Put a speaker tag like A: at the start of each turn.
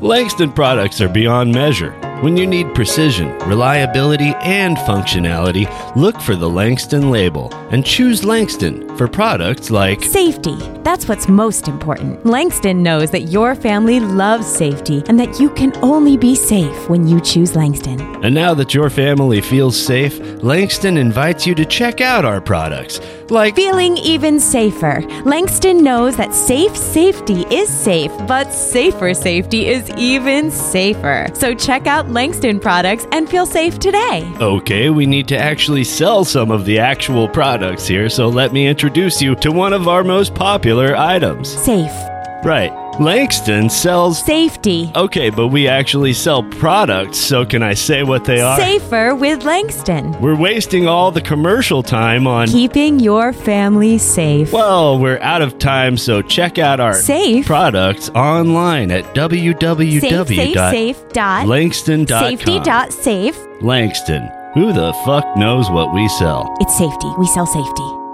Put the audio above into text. A: Langston products are beyond measure. When you need precision, reliability, and functionality, look for the Langston label and choose Langston for products like
B: Safety. That's what's most important. Langston knows that your family loves safety and that you can only be safe when you choose Langston.
A: And now that your family feels safe, Langston invites you to check out our products like
B: Feeling even safer. Langston knows that safe safety is safe, but safer safety is even safer. So check out Langston products and feel safe today.
A: Okay, we need to actually sell some of the actual products here, so let me introduce you to one of our most popular items.
B: Safe.
A: Right. Langston sells.
B: Safety.
A: Okay, but we actually sell products, so can I say what they are?
B: Safer with Langston.
A: We're wasting all the commercial time on.
B: Keeping your family safe.
A: Well, we're out of time, so check out our
B: Safe.
A: products online at
B: Safe, safe, safe. Dot.
A: www.langston.com.
B: Safety. Dot. Safe.
A: Langston. Who the fuck knows what we sell?
B: It's safety. We sell safety.